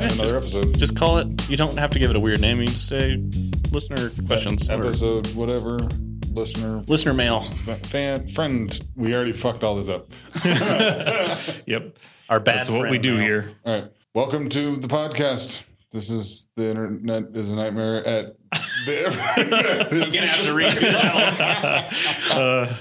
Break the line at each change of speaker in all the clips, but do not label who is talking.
episode.
Just call it. You don't have to give it a weird name. You just say listener questions or
Episode, whatever. Listener,
listener mail.
f- fan, friend. We already fucked all this up.
Yep.
Our bad.
That's what we
friend
do
mail.
here.
All right. Welcome to the podcast. This is the internet is a nightmare at the.
You're gonna have to read that one.
Uh,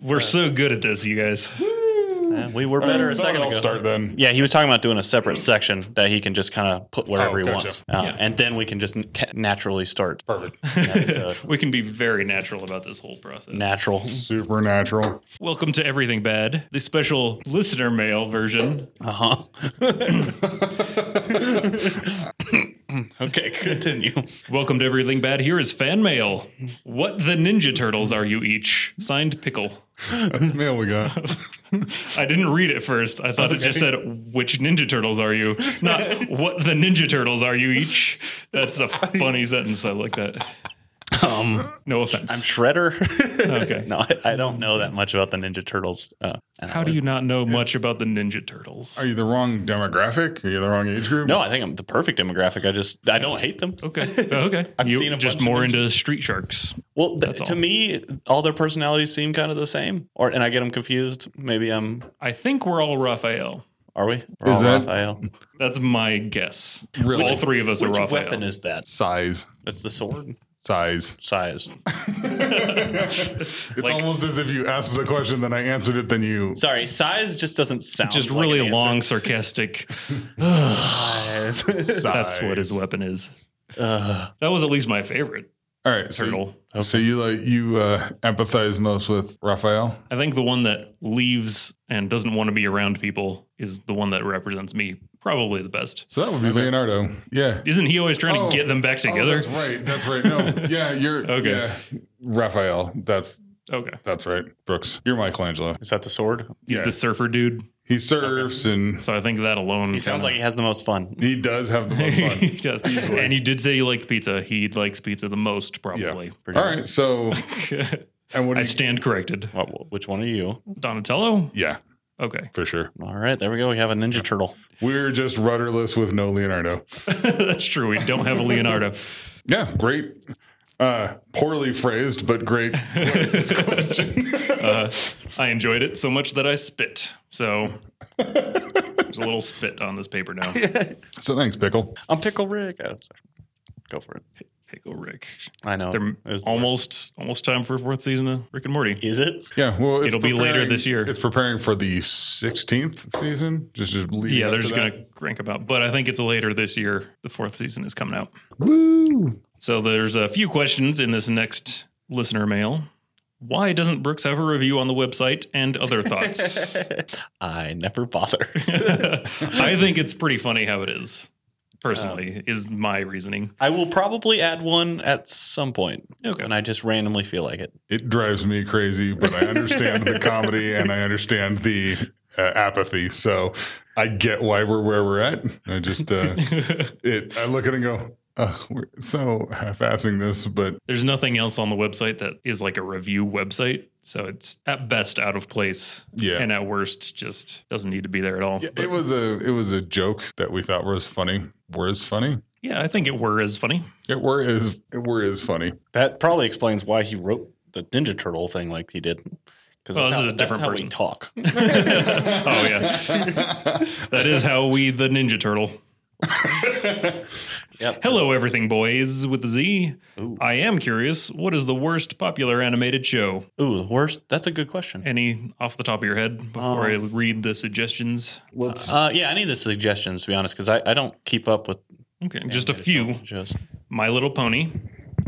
we're so good at this, you guys.
Yeah, we were better a second
I'll
ago.
start then.
Yeah, he was talking about doing a separate section that he can just kind of put wherever
Oh,
he
gotcha.
wants, uh,
Yeah.
and then we can just n- ca- naturally start.
Perfect.
Yeah, so
we can be very natural about this whole process.
natural.
Supernatural.
Welcome to Everything Bad, the special listener mail version.
Uh huh. okay, continue.
Welcome to Everything Bad. Here is fan mail. What the Ninja Turtles are you each? Signed Pickle.
That's the mail we got.
I didn't read it first. I thought it just said, which Ninja Turtles are you? Not, what the Ninja Turtles are you each? That's a funny sentence. I like that.
Um,
No offense.
I'm Shredder.
Okay.
no, I, I don't know that much about the Ninja Turtles. Uh, I don't
How
know.
do you not know much about the Ninja Turtles?
Are you the wrong demographic? Are you the wrong age group?
No, I think I'm the perfect demographic. I just I don't hate them.
Okay. Okay.
I've
you
seen a
just
bunch of
more
Ninja-
into Street Sharks.
Well, th-
That's all.
to me, all their personalities seem kind of the same, or and I get them confused. Maybe I'm.
I think we're all Raphael.
Are we? Or
Is that-
Raphael?
That's my guess.
Really?
all three of us
Which
are Raphael.
weapon is that?
Size.
That's the sword
Size.
size.
It's almost as if you asked the question, then I answered it, then you.
Sorry, size just doesn't sound
just
like
really
an answer.
long, sarcastic.
Size.
That's what his
Size.
weapon is.
uh,
That was at least my favorite
All right. So,
turtle.
so you like you uh, empathize most with Raphael?
I think the one that leaves and doesn't want to be around people is the one that represents me probably the best.
So that would be Leonardo. Yeah.
Isn't he always trying
Oh.
to get them back
Oh,
together?
that's right. That's right. No. Yeah. You're
Okay.
yeah. Raphael. That's
okay.
that's right. Brooks. You're Michelangelo.
is that the sword?
He's
Yeah.
the surfer dude.
He surfs and
So I think that alone.
He sounds like he has the most fun.
he does have the most fun.
he does. And you did say you like pizza. He likes pizza the most, probably.
All right. So and what do
I
you,
stand corrected.
What, which one are you?
Donatello?
Yeah,
Okay.
for sure.
All right, there we go. We have a Ninja Turtle.
We're just rudderless with no Leonardo.
That's true. We don't have a Leonardo.
Yeah, great. Uh, poorly phrased, but great.
Uh, I enjoyed it so much that I spit. So there's a little spit on this paper now.
so thanks, Pickle.
I'm Pickle Rick. Oh, sorry. Go for it.
Pickle Rick.
I know.
They're
It was the
almost almost time for a fourth season of Rick and Morty.
worst. Is it?
Yeah, well, it's
It'll be later
preparing-
this year.
It's preparing for the 16th season. Just, just leading
Yeah,
up
they're
to
just
that.
going to crank them out. But I think it's later this year. The fourth season is coming out.
Woo!
So there's a few questions in this next listener mail. Why doesn't Brooks have a review on the website and other thoughts?
I never bother.
I think it's pretty funny how it is. Personally,
Um,
is my reasoning.
I will probably add one at some point
Okay.
when I just randomly feel like it.
It drives me crazy, but I understand the comedy and I understand the uh, apathy. So I get why we're where we're at. I just uh, it. I look at it and go, Ugh, we're so half-assing this, but
There's nothing else on the website that is like a review website. So it's at best out of place
yeah.
and at worst just doesn't need to be there at all.
Yeah,
But
it was a it was a joke that we thought was funny. Was funny.
yeah, I think it were is funny.
It were is it were is funny.
That probably explains why he wrote the Ninja Turtle thing like he did. Because
Well,
that's,
this
how,
is a different
that's how
person.
we talk.
Oh, yeah. That is how we, the Ninja Turtle.
Yep.
Hello, everything boys with a Z.
Ooh.
I am curious, what is the worst popular animated show?
Ooh, the worst. That's a good question.
Any off the top of your head before I
Um,
read the suggestions?
Let's
Uh, yeah, I need the suggestions to be honest, because I, I don't keep up with
Okay, just a few.
shows.
My Little Pony,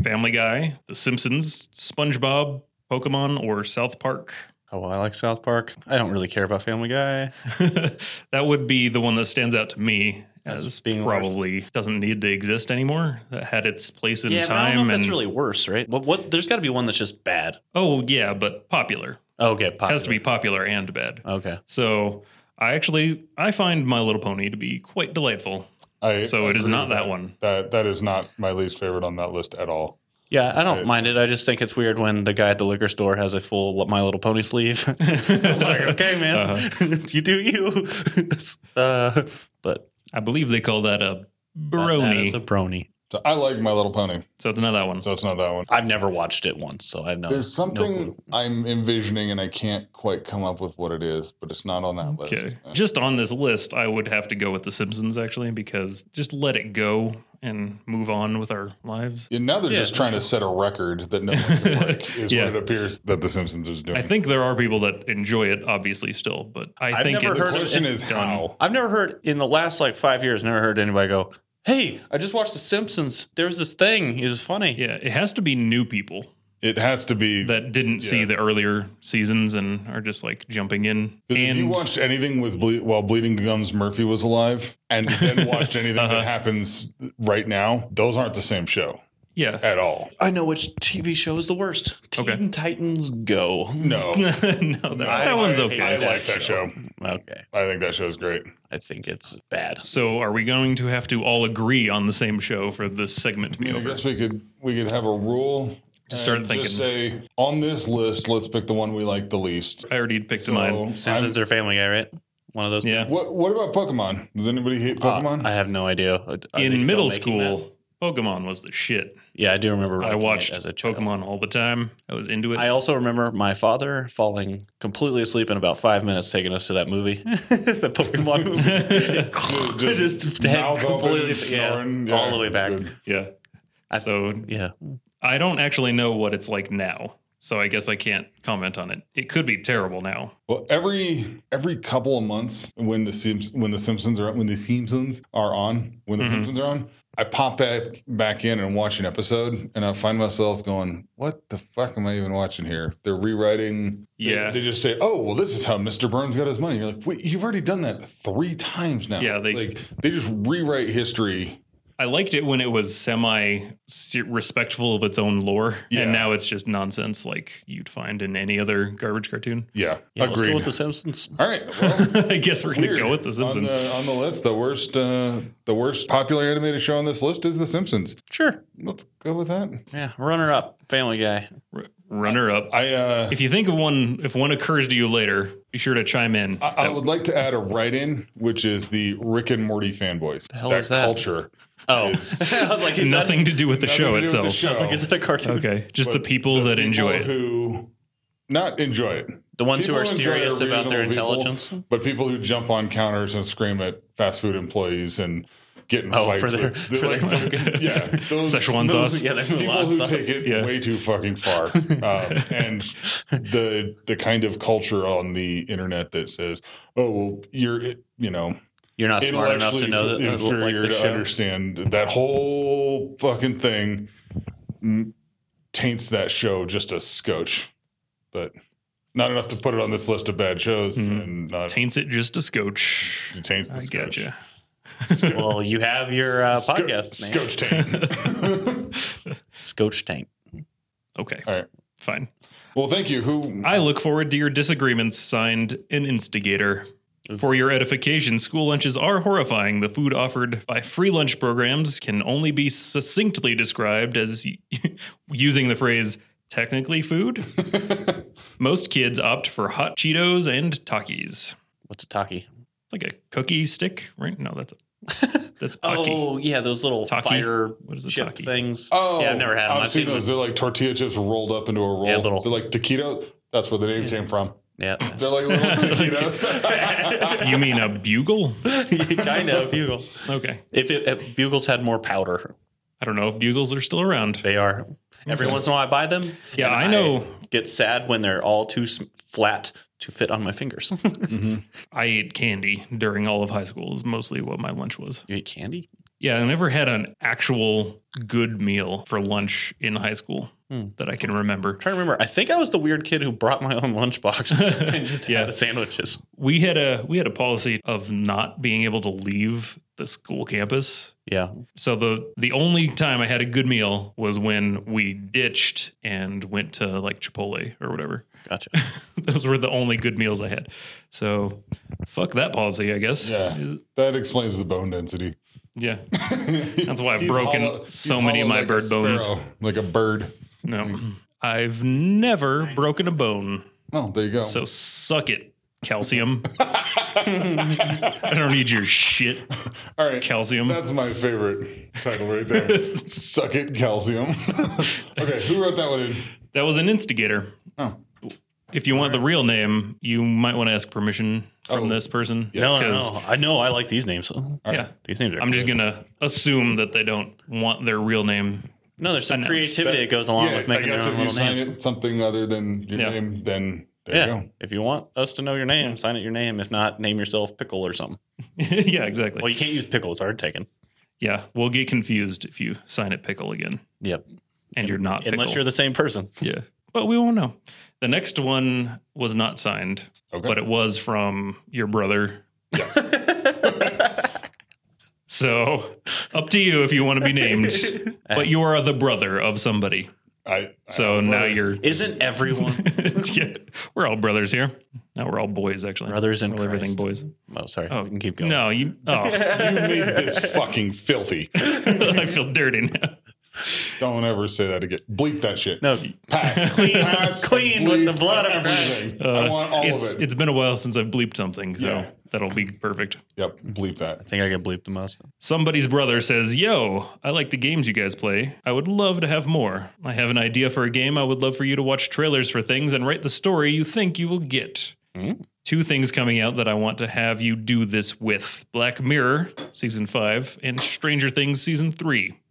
Family Guy, The Simpsons, SpongeBob, Pokemon, or South Park.
Oh, I like South Park. I don't really care about Family Guy.
that would be the one that stands out to me
As
as
being
probably doesn't need to exist anymore. That had its place in
yeah, but I
time.
don't know if
and
that's really worse, right? But what? There's got to be one that's just bad.
oh yeah, but popular.
Oh, Okay,
It has to
popular.
be popular and bad.
Okay,
So I actually I find My Little Pony to be quite delightful.
I
So it is
agree
not
with
that one.
That that is not my least favorite on that list at all.
yeah, I
Right.
don't mind it. I just think it's weird when the guy at the liquor store has a full My Little Pony sleeve. I'm like, okay,
Uh-huh.
man, you do you. uh, but
I believe they call that a
That- that
Brony.
is a brony.
So I like My Little Pony,
so it's not that one.
so it's not that one.
I've never watched it once, so I have no.
There's
no
something
clue.
I'm envisioning and I can't quite come up with what it is, but it's not on that list.
Okay.
Uh,
Just on this list, I would have to go with The Simpsons actually because just let it go and move on with our lives.
yeah, now they're
Yeah,
just trying to set a record that no one can break, is
Yeah.
what it appears that The Simpsons is doing.
I think there are people that enjoy it, obviously, still, but I
I've
think
never
the
it's
heard of
question
it
is
done.
how.
I've never heard in the last like five years. Never heard anybody go, "Hey, I just watched The Simpsons. There was this thing. It was funny."
yeah, it has to be new people
It has to be.
that didn't see
Yeah.
the earlier seasons and are just like jumping in.
if you
And
watched anything with ble- while Bleeding Gums Murphy was alive, and then watched anything
Uh-huh.
that happens right now, those aren't the same show
yeah,
at all.
I know which TV show is the worst. Teen
Okay.
Titans Go.
No,
no, that, that
I-
one's
I-
okay.
I like that show.
Okay,
I think that show's great.
I think it's bad.
so, are we going to have to all agree on the same show for this segment to be
I
over?
guess we could we could have a rule.
Just start
and
thinking.
Just say on this list, let's pick the one we like the least.
I already picked
So,
mine.
Simpsons or Family Guy, right? One of those.
Yeah.
I'm- what What about Pokemon? Does anybody hate
Uh,
Pokemon?
I have no idea. Are they
in
still
middle
making
school,
that?
Pokemon was the shit.
Yeah, I do remember.
I
liking it
watched
as a child.
Pokemon all the time. I was into it.
I also remember my father falling completely asleep in about five minutes, taking us to that movie, the Pokemon movie.
Ju- just
head
mouth open,
yeah,
snoring.
all
Yeah,
the way back.
good.
yeah.
I-
so
Yeah,
I don't actually know what it's like now. So I guess I can't comment on it. It could be terrible now.
Well, every every couple of months when the Simps- when the Simpsons are when the Simpsons are on when the
Mhm.
Simpsons are on, I pop back back in and watch an episode, and I find myself going, "What the fuck am I even watching here?" They're rewriting. they-
Yeah.
they, just say, "Oh, well, this is how Mr. Burns got his money." You're like, "Wait, you've already done that three times now."
Yeah, they-
like they just rewrite history.
I liked it when it was semi se- respectful of its own lore,
Yeah.
and now it's just nonsense like you'd find in any other garbage cartoon.
Yeah,
yeah let's go
agreed.
with The Simpsons.
All right. Well,
I guess we're gonna
Weird.
go with The Simpsons.
On the, on the list, the worst uh, the worst popular animated show on this list is The Simpsons.
Sure.
Let's go with that.
Yeah, runner up, Family Guy.
R- runner up.
I uh,
If you think of one, if one occurs to you later, be sure to chime in.
I, I would like to add a write-in, which is the Rick and Morty fanboys.
hell is that?
culture.
Oh,
Is-
I was like, is
nothing
That,
to do with the
Nothing
show
to do with the
itself.
show.
I was like, is that a cartoon?
Okay, just the
But
people
the
that enjoy
people
it.
Who not enjoy it,
The ones who
People
are
enjoy
serious
are
about their
reasonable people.
intelligence.
but people who jump on counters and scream at fast food employees and get in
Oh,
fights
for their-
with, they're
for their
like,
fucking-
yeah, those
Szechuan
those
sauce.
Yeah, they move
People
on.
who
so-
take it
Yeah.
way too fucking far, um, and the the kind of culture on the internet that says, "Oh, well, you're you know
You're not smart enough to
intellectually
know that. uh, Like
inferior
the
to
show.
understand that whole fucking thing mm, taints that show just a scotch but not enough to put it on this list of bad shows
Hmm.
Mhm.
and not
Taints it just a scotch.
it taints the
I
scotch
gotcha.
Well, you have your uh, podcast name,
scotch taint
Scotch Tank.
Okay.
All right.
Fine.
well thank you who
I look forward to your disagreements. Signed, an instigator. For your edification, school lunches are horrifying. The food offered by free lunch programs can only be succinctly described as using the phrase technically food. Most kids opt for hot Cheetos and Takis.
What's a talkie?
It's like a cookie stick, right? No, that's that's Taki.
Oh yeah, those little
Taki?
fire
What is a
chip
Taki?
things.
oh
yeah, I've never had them.
i've,
I've
seen,
seen
those they're like tortilla chips rolled up into a roll
Yeah, little-
they're like taquito that's where the name came from
Yeah,
they're like little taquitos
You mean a bugle?
kind of bugle.
Okay.
If, it, if bugles had more powder,
I don't know if bugles are still around.
they are. Every
Okay.
once in a while, I buy them.
Yeah,
and
I know.
get sad when they're all too s- flat to fit on my fingers. you
Mm-hmm.
I ate candy during all of high school. Is mostly what my lunch was.
eat candy?
Yeah, I never had an actual good meal for lunch in high school
Hmm.
that I can remember.
I'm trying to remember. I think I was the weird kid who brought my own lunchbox and just
Yeah.
had sandwiches.
We had a we had a policy of not being able to leave the school campus
Yeah,
So the the only time I had a good meal was when we ditched and went to like Chipotle or whatever.
gotcha.
Those were the only good meals I had. So fuck that policy, I guess.
Yeah. that explains the bone density
Yeah. That's why I've broken so many of my bird bones.
Like a bird.
No. I've never broken a bone.
Oh, there you go.
So suck it, calcium. I don't need your shit,
All right.
calcium.
That's my favorite title right there. Suck it, calcium. okay, who wrote that one in?
That was an instigator.
Oh.
If you want the real name, you might want to ask permission from
Oh.
this person.
No, no,
'Cause-
no. I know. I like these names.
Yeah.
These names are.
I'm just
good.
going to assume that they don't want their real name.
No, there's some
announce
creativity
that-
that goes along with making
I
their
guess
own
if you
little
sign
names.
it something other than your
Yeah.
name, then there
yeah.
you go.
If you want us to know your name, sign it your name. If not, name yourself Pickle or something.
yeah, exactly.
Well, you can't use Pickle. It's already taken.
yeah, we'll get confused if you sign it pickle again
Yep.
and you're not pickle.
Unless you're the same person.
yeah. But we won't know. The next one was not signed,
Okay.
but it was from your brother. so up to you if you want to be named. but you are the brother of somebody.
I, I-
So now you're.
Isn't everyone?
yeah, we're all brothers here. No, we're all boys actually.
Brothers in
We're all everything boys.
Oh, sorry.
Oh,
we can keep going.
No, you. Oh,
you made this fucking filthy.
I feel dirty now.
Don't ever say that again. Bleep that shit.
No.
Pass.
Clean-
Pass.
clean with
Bleep
the blood of
everything.
Uh,
I want all
it's,
of it.
has been a while since I've bleeped something, so
Yeah.
that'll be perfect.
Yep. Bleep that.
I think I get bleeped the most.
Somebody's brother says, Yo, I like the games you guys play. I would love to have more. I have an idea for a game. I would love for you to watch trailers for things and write the story you think you will get.
Hmm?
Two things coming out that I want to have you do this with Black Mirror, season five, and Stranger Things, season three.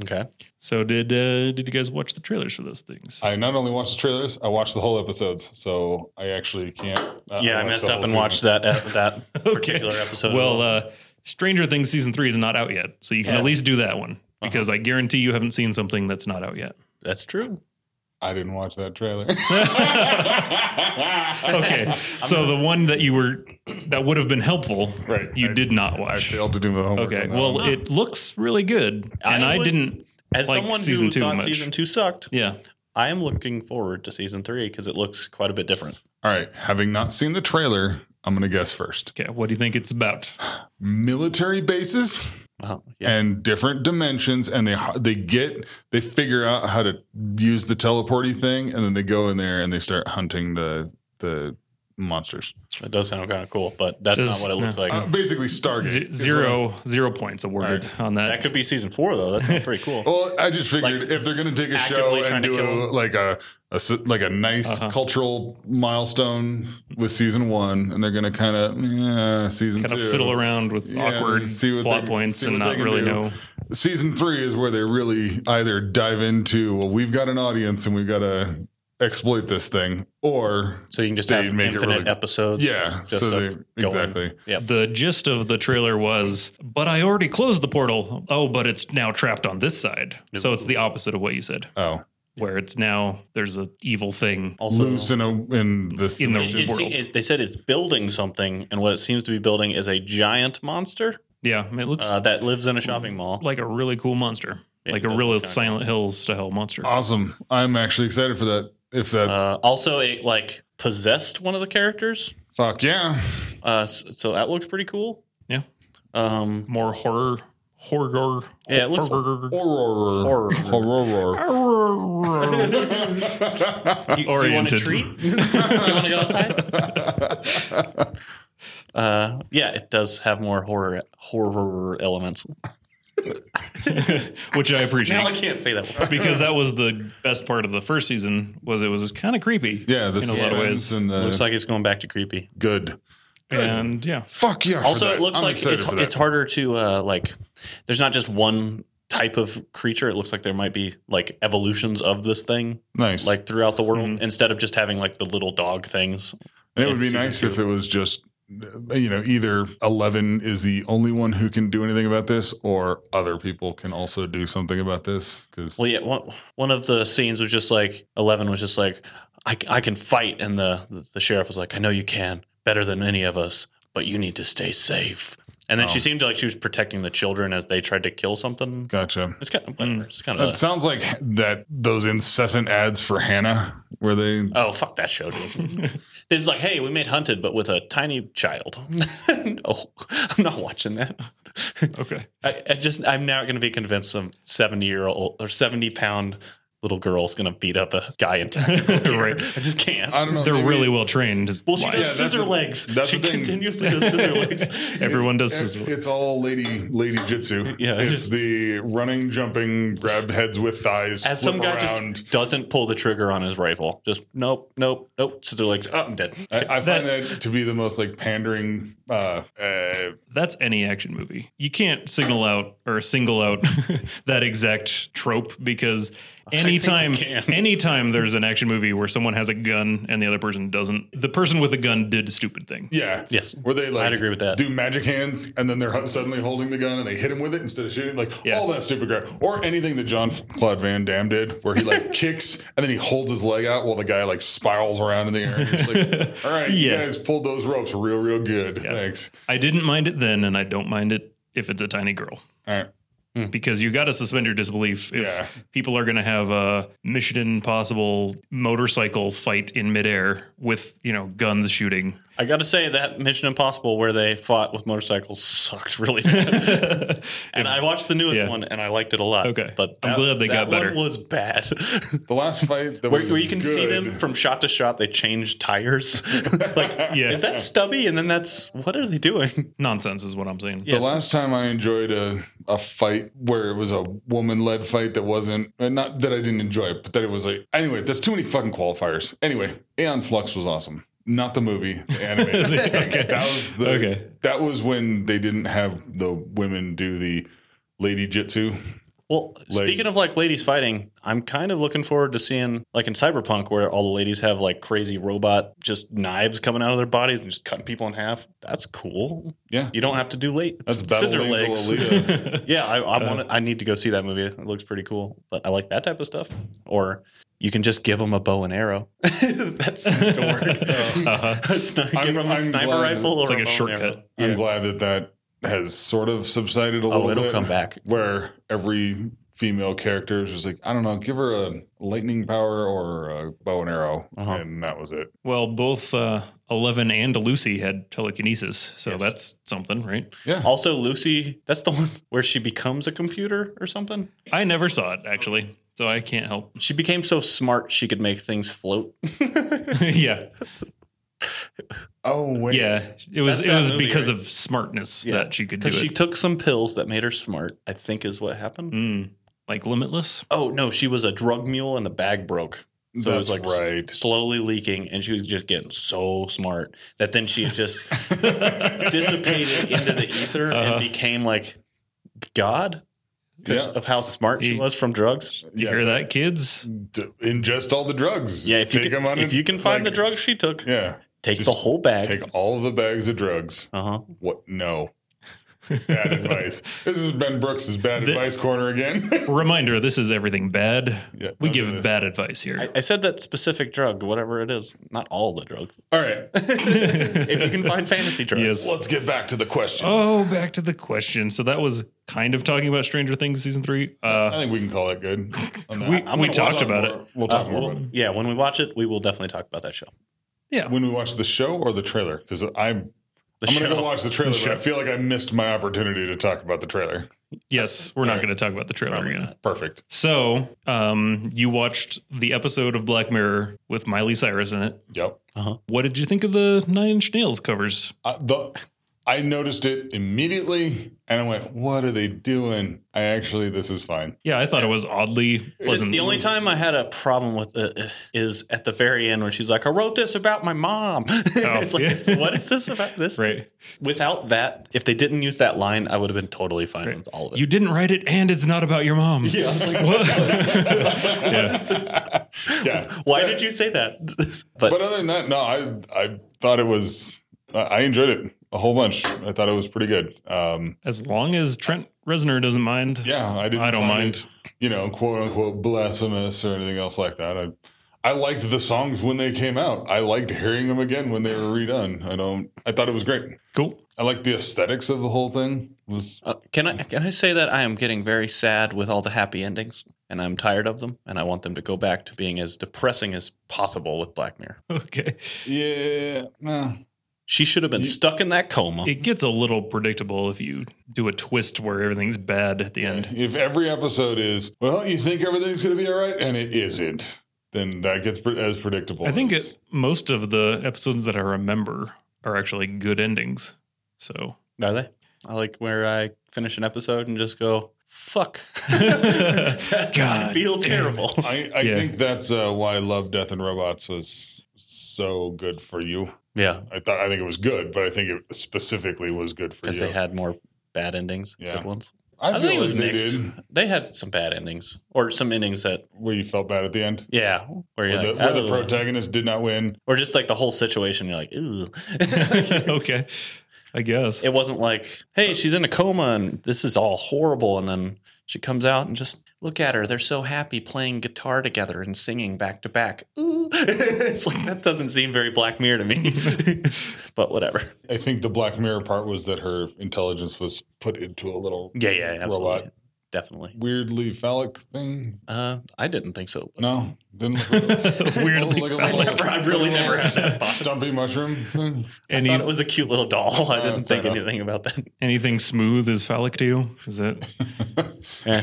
Okay.
So, did uh, did you guys watch the trailers for those things?
I not only watched the trailers, I watched the whole episodes. So I actually can't. uh,
Yeah, I
watch the
messed up
whole
and
season.
watched that ep- that particular episode.
Well, uh, Stranger Things season three is not out yet, so you can
Yeah. Uh-huh.
at least do that one because I guarantee you haven't seen something that's not out yet.
that's true.
I didn't watch that trailer.
Okay, so the one that you were that would have been helpful,
Right.
You
I-
did not
I
watch.
failed to do the homework.
Okay,
on that
well,
one.
it looks really good, and
I
I,
was-
didn't.
As
like
someone
season
who
two
thought
much.
season two sucked,
Yeah,
I am looking forward to season three because it looks quite a bit different.
all right. Having not seen the trailer, I'm going to guess first.
okay. What do you think it's about?
Military bases
Wow. Yeah.
and different dimensions, and they they get they figure out how to use the teleporty thing, and then they go in there and they start hunting the the monsters.
it does sound kind of cool, but that's
Does-
not what it looks
no. Oh.
like.
Uh, basically, Stargate
Z-
is what
zero zero points awarded on
that
that.
could be season four though. That sounds pretty cool.
I- well, I just figured
Like,
if they're going to take a show
actively
and
trying to
do
kill
a, like a, a s- like a nice
Uh-huh.
cultural milestone with season one, and they're going to kind of yeah, season
Kind
two
of fiddle around with
Yeah,
awkward
see what
plot
they-
points
see
and
what they
not
can
really
do.
know.
season three is where they really either dive into well we've got an audience and we've got to exploit this thing or
so you can just
They
have
make it
infinite
really-
episodes.
yeah
Just
so
of
they,
going-
exactly
Yep.
The gist of the trailer was, but I already closed the portal. Oh, but it's now trapped on this side. So it's the opposite of what you said,
oh
where it's now there's an evil thing.
Also,
loose in a in this
In the-
dimension.
It-
world.
it- they said it's building something, and what it seems to be building is a giant monster
Yeah, it looks
uh, that lives in a shopping mall.
like a really cool monster,
Yeah,
like
it
a
does
real
look kinda
Silent Hills style monster.
awesome i'm actually excited for that if that
Uh, also, it like possessed one of the characters,
fuck yeah
uh, s- so that looks pretty cool.
Yeah.
Um,
More horror, horror.
Yeah, it looks-
horror.
horror
Horror.
horror
you, you want a
Oriented.
treat? you want to go outside? Uh, yeah, it does have more horror horror elements.
which I appreciate
Now I can't say that. Word.
because that was the best part of the first season. Was it was kind of creepy.
yeah this
In a lot of ways.
is and the
looks like it's going back to creepy.
good
and yeah,
fuck yeah for
Also,
that.
it looks
I'm
like
excited
it's
for that.
it's harder to uh, like. There's not just one type of creature. It looks like there might be like evolutions of this thing
nice
like throughout the world
Mhm.
instead of just having like the little dog things.
And it would
It's
be
season
nice
two.
if it was just, uh, you know, either Eleven is the only one who can do anything about this, or other people can also do something about this. Because
Well, yeah, one, one of the scenes was just like Eleven was just like, I, I can fight, and the the sheriff was like, I know you can better than any of us, but you need to stay safe. And then
Oh.
she seemed like she was protecting the children as they tried to kill something.
gotcha.
It's kind of whatever. It's kind
That
of
sounds like that those incessant ads for Hannah, where they
oh fuck that show, dude. it's like, hey, we made Hunted, but with a tiny child. no, I'm not watching that.
okay.
I, I just I'm not going to be convinced some 70 year old or 70 pound little girl's gonna beat up a guy in tactical gear.
Right.
I just can't.
I don't know.
They're
maybe-
really well trained. is
well, she
why.
does
Yeah, that's
scissor
the-
legs.
that's
she
the thing.
continuously does scissor legs.
Everyone does
it's,
scissor legs.
It's all lady lady jitsu.
Yeah.
it's the running, jumping, grab heads with thighs.
As some
flip
guy
around.
just doesn't pull the trigger on his rifle. Just nope, nope, nope. Scissor legs. Oh, I'm dead.
I, I find that, to be the most like pandering. Uh, uh,
That's any action movie. You can't signal out or single out that exact trope because
think you
anytime
can.
anytime there's an action movie where someone has a gun and the other person doesn't, the person with the gun did a stupid thing.
yeah,
Yes.
Where they like
I'd agree with that.
do magic hands and then they're ho- suddenly holding the gun and they hit him with it instead of shooting like
Yeah.
all that stupid crap or anything that John Claude Van Damme did where he like kicks and then he holds his leg out while the guy like spirals around in the air. He's like, all right, you
Yeah.
guys pulled those ropes real real good.
Yeah.
Thanks.
I didn't mind it then, and I don't mind it if it's a tiny girl.
All right.
Because you got to suspend your disbelief if
Yeah.
people are going to have a Mission Impossible motorcycle fight in midair with you know guns shooting.
I gotta say that Mission Impossible where they fought with motorcycles sucks really bad. and I watched the newest
yeah.
one and I liked it a lot.
Okay.
But
I'm
that-
glad they
that
got better.
One was bad.
The last fight that
where,
was
where you can see
good-
them from shot to shot, they change tires. like
Yeah.
if that's stubby and then that's what are they doing?
Nonsense is what I'm saying.
The last time I enjoyed a, a fight where it was a woman led fight that wasn't uh, not that I didn't enjoy it, but that it was like anyway, that's too many fucking qualifiers. Anyway, Aeon Flux was awesome. Not the movie, the anime.
Okay.
That was the,
Okay.
That was when they didn't have the women do the lady jitsu.
Well, speaking of like ladies fighting, I'm kind of looking forward to seeing like in Cyberpunk where all the ladies have like crazy robot just knives coming out of their bodies and just cutting people in half. That's cool.
Yeah.
You don't have to do late
That's
scissor
Battle Angel
legs.
Alita.
yeah, I, I want. I need to go see that movie. It looks pretty cool. But I like that type of stuff. Or you can just give them a bow and arrow. that seems to work.
Uh-huh.
it's not
I'm-
give them a
I'm
sniper
glad-
rifle or
It's like
a,
a
bow and
shortcut.
arrow.
I'm glad that that has sort of subsided a little
Oh, it'll
bit,
come back.
Where every female character is just like, I don't know, give her a lightning power or a bow and arrow,
Uh-huh.
and that was it.
Well, both uh, Eleven and Lucy had telekinesis, so
Yes.
that's something, right?
Yeah,
Also, Lucy, that's the one where she becomes a computer or something.
I never saw it actually, so I can't help.
She became so smart she could make things float.
yeah,
Oh wait.
yeah. It was
That's
it
that
was
movie,
because
right?
of smartness
Yeah.
that she could do
Because she
it.
took some pills that made her smart, I think is what happened.
Mm. Like limitless.
Oh, no, she was a drug mule and the bag broke. So it was
that's
like
right.
slowly leaking, and she was just getting so smart that then she just dissipated into the ether
Uh-huh.
and became like God because
Yeah.
of how smart she
You-
was from drugs.
You
Yeah,
hear that, kids?
d- ingest all the drugs.
Yeah, if you
take
can,
them on.
if
a-
you can find
like-
the drug she took,
yeah,
take the
just
whole bag.
take all the bags of drugs.
uh-huh.
What? No. Bad advice. This is Ben Brooks' bad
The-
advice corner again.
Reminder: This is everything bad.
Yeah,
We
none
give
of this.
bad advice here.
I, I said that specific drug, whatever it is, not all the drugs.
All right,
If you can find fantasy drugs.
Yes.
let's get back to the questions.
oh, back to the question. So that was kind of talking about Stranger Things season three.
I
Uh,
think we can call it good. on that.
we
I'm
we
gonna
talked
watch
about
more-
it.
We'll
Uh,
talk more
we'll-
about
yeah, when we watch it, we will definitely talk about that show.
Yeah,
it when we watch the show or the trailer. Because I'm I'm
The
gonna
show.
go watch the trailer,
The
but I
show.
feel like I missed my opportunity to talk about the trailer.
yes. We're not
Alright.
going to talk about the trailer
Probably
again.
not.
Perfect.
So, um, you watched the episode of Black Mirror with Miley Cyrus in it.
Yep.
What did you think of the Nine Inch Nails covers?
Uh, the I noticed it immediately, and I went, "What are they doing?" I actually, this is fine.
Yeah, I thought it was oddly
The,
pleasant.
the only time I had a problem with it uh, is at the very end when she's like, I wrote this about my mom. it's like,
yeah.
"So what is this about this?
Oh. right,
Without that, if they didn't use that line, I would have been totally fine
Right.
with all of it.
you didn't write it, and it's not about your mom.
yeah, I was like,
What?
what
yeah.
is this?
Yeah.
Why did you say that?
But, other than that, no, I I thought it was I- I enjoyed it a whole bunch. I thought it was pretty good. Um,
As long as Trent Reznor doesn't mind.
yeah, I didn't.
I don't
find
mind.
it, you know, quote unquote blasphemous or anything else like that. I I liked the songs when they came out. I liked hearing them again when they were redone. I don't. I thought it was great.
Cool.
I liked the aesthetics of the whole thing. It was
Uh, can I can I say that I am getting very sad with all the happy endings, and I'm tired of them, and I want them to go back to being as depressing as possible with Black Mirror.
Okay.
yeah, nah,
She should have been stuck in that coma.
It gets a little predictable if you do a twist where everything's bad at the end.
If every episode is, well, you think everything's going to be all right, and it isn't, then that gets pre- as predictable.
I think
as-
it, most of the episodes that I remember are actually good endings. So
Are they? I like where I finish an episode and just go, fuck. I
God
feel
damn it.
terrible.
I, I
Yeah.
think that's uh, why Love, Death, and Robots was so good for you.
Yeah,
I thought I think it was good, but I think it specifically was good for
because
you.
they had more bad endings,
Yeah.
good ones.
I,
I,
feel
think it was
like they
mixed.
did,
They had some bad endings or some endings that,
where you felt bad at the end.
yeah, where you're
Where the,
like, oh.
where the
"Ugh."
protagonist did not win.
or just like the whole situation. You're like, ooh.
okay, I guess.
it wasn't like, hey, she's in a coma and this is all horrible. And then she comes out and just look at her. They're so happy playing guitar together and singing back to back. Ooh. it's like, that doesn't seem very Black Mirror to me, but whatever.
I think the Black Mirror part was that her intelligence was put into a little
Yeah, yeah, absolutely.
Robot.
Definitely.
weirdly phallic thing.
Uh, I didn't think so.
No, didn't. look-
Weirdly
look
I
at the
never, I really never had that thought.
Stumpy mushroom thing.
I
Any,
thought it was a cute little doll. I
Uh,
didn't
fair
think
enough.
anything about that.
anything smooth is phallic to you? Is it?
Sure.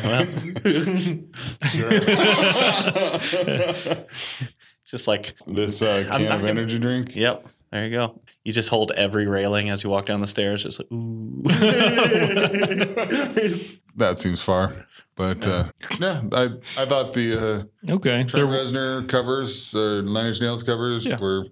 just like,
this uh,
I'm
can
not
of
gonna-
energy drink.
yep, there you go. You just hold every railing as you walk down the stairs, just like, ooh.
That seems far, but uh, yeah, I I thought the uh,
Okay,
Trent
there, it
Reznor covers, uh, Nine Inch Nails covers
Yeah.
were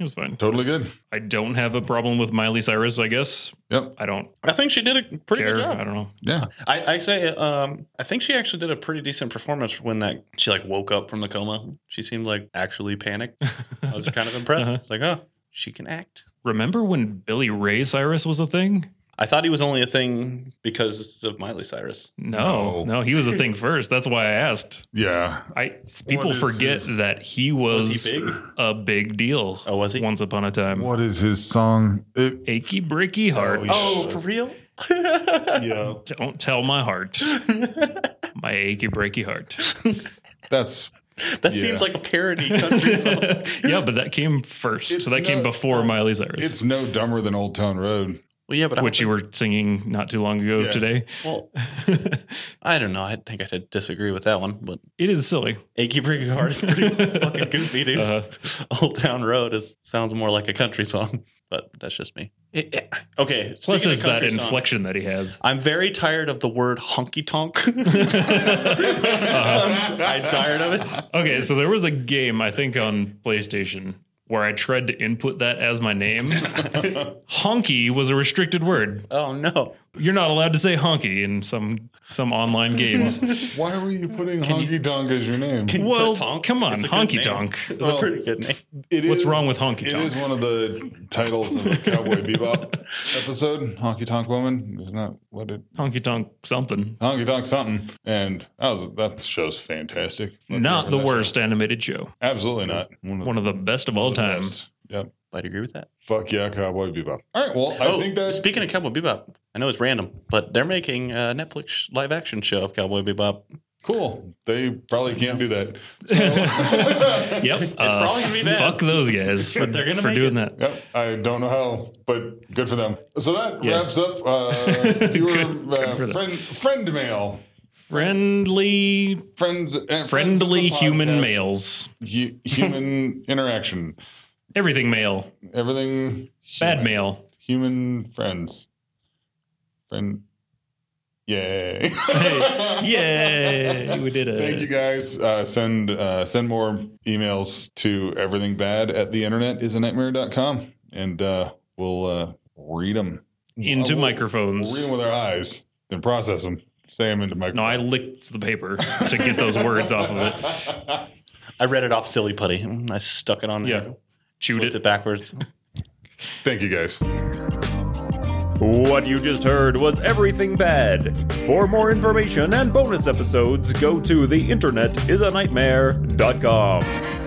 was fine.
totally good.
I don't have a problem with Miley Cyrus. I guess
Yep.
I don't
I think she did a pretty
care.
good job.
I don't know.
Yeah.
I, I say, um, I think she actually did a pretty decent performance when that she like woke up from the coma. She seemed like actually panicked. I was kind of impressed.
Uh-huh.
It's like, oh, she can act.
Remember when Billy Ray Cyrus was a thing?
I thought he was only a thing because of Miley Cyrus.
No,
No.
no, he was a thing first. That's why I asked.
Yeah.
I people
is
forget
his-
that he
Was,
was,
he big?
a big deal.
Oh, was he?
Once upon a time,
What is his song? It,
achy breaky heart.
yeah.
Oh, for real?
yeah.
Don't tell my heart, my achy breaky heart.
That's
That
Yeah.
seems like a parody country song.
yeah, but that came first,
It's
so that came
not-
before
um,
Miley Cyrus.
it's no dumber than Old Town Road.
Well, yeah, but I
which you were singing not too long ago
Yeah.
today.
well,
it
I don't know. I think I'd disagree with that one, but
is silly.
Achy Breaky Heart is pretty fucking goofy, dude.
Uh,
Old Town Road is sounds more like a country song, but that's just me. It- it- okay.
plus,
speaking of
is that
country song,
inflection that he has.
I'm very tired of the word honky tonk.
Uh-huh.
I'm, I'm tired of it.
Okay, so there was a game I think on PlayStation where I tried to input that as my name. honky was a restricted word.
Oh no!
You're not allowed to say honky in some some online games.
Why were you putting Honky Tonk as your name?
well,
Put tonk.
come on,
It's a good
honky
name.
tonk.
It's
Well,
a pretty good name.
It
What's
is-
wrong with honky
It
tonk?
is one of the titles of a Cowboy Bebop episode, Honky Tonk Woman. Isn't that what it?
honky tonk something.
Honky Tonk something. And that, was, that show's fantastic. Fucking
Not the
fantastic.
worst animated show.
Absolutely not.
One of the best of all
the
time.
best. Yep.
I'd agree with that.
Fuck yeah, Cowboy Bebop. All right. Well, I
oh,
think that.
speaking of Cowboy Bebop, I know it's random, but they're making a Netflix live action show of Cowboy Bebop.
cool. They probably can't do that.
Yep. uh, It's
probably gonna be bad.
Fuck those guys for,
They're gonna
for
make
doing
it.
that.
Yep, I don't know how, but good for them. So that
Yeah.
wraps up uh, your
Good- good
uh,
for them.
friend friend mail,
Friendly,
friends, uh, friends of
friendly
the
human
podcast.
males.
Hu- human interaction.
Everything male.
Everything
Bad
human.
male.
Human friends. Friend. Yay.
Hey, yay. We did it.
Thank you guys. Uh, send uh, send more emails to everythingbad at the internet is a nightmare.com and uh, we'll uh, read them.
Into
We'll
microphones.
read them with our eyes, then process them. Say them into
No, I
microphones.
licked the paper to get those words off of it.
I read it off Silly Putty. Mm, I stuck it on there.
Yeah. Chewed
Flipped
it.
it backwards.
Thank you guys.
What you just heard was everything bad. For more information and bonus episodes, go to theinternetisanightmare.com.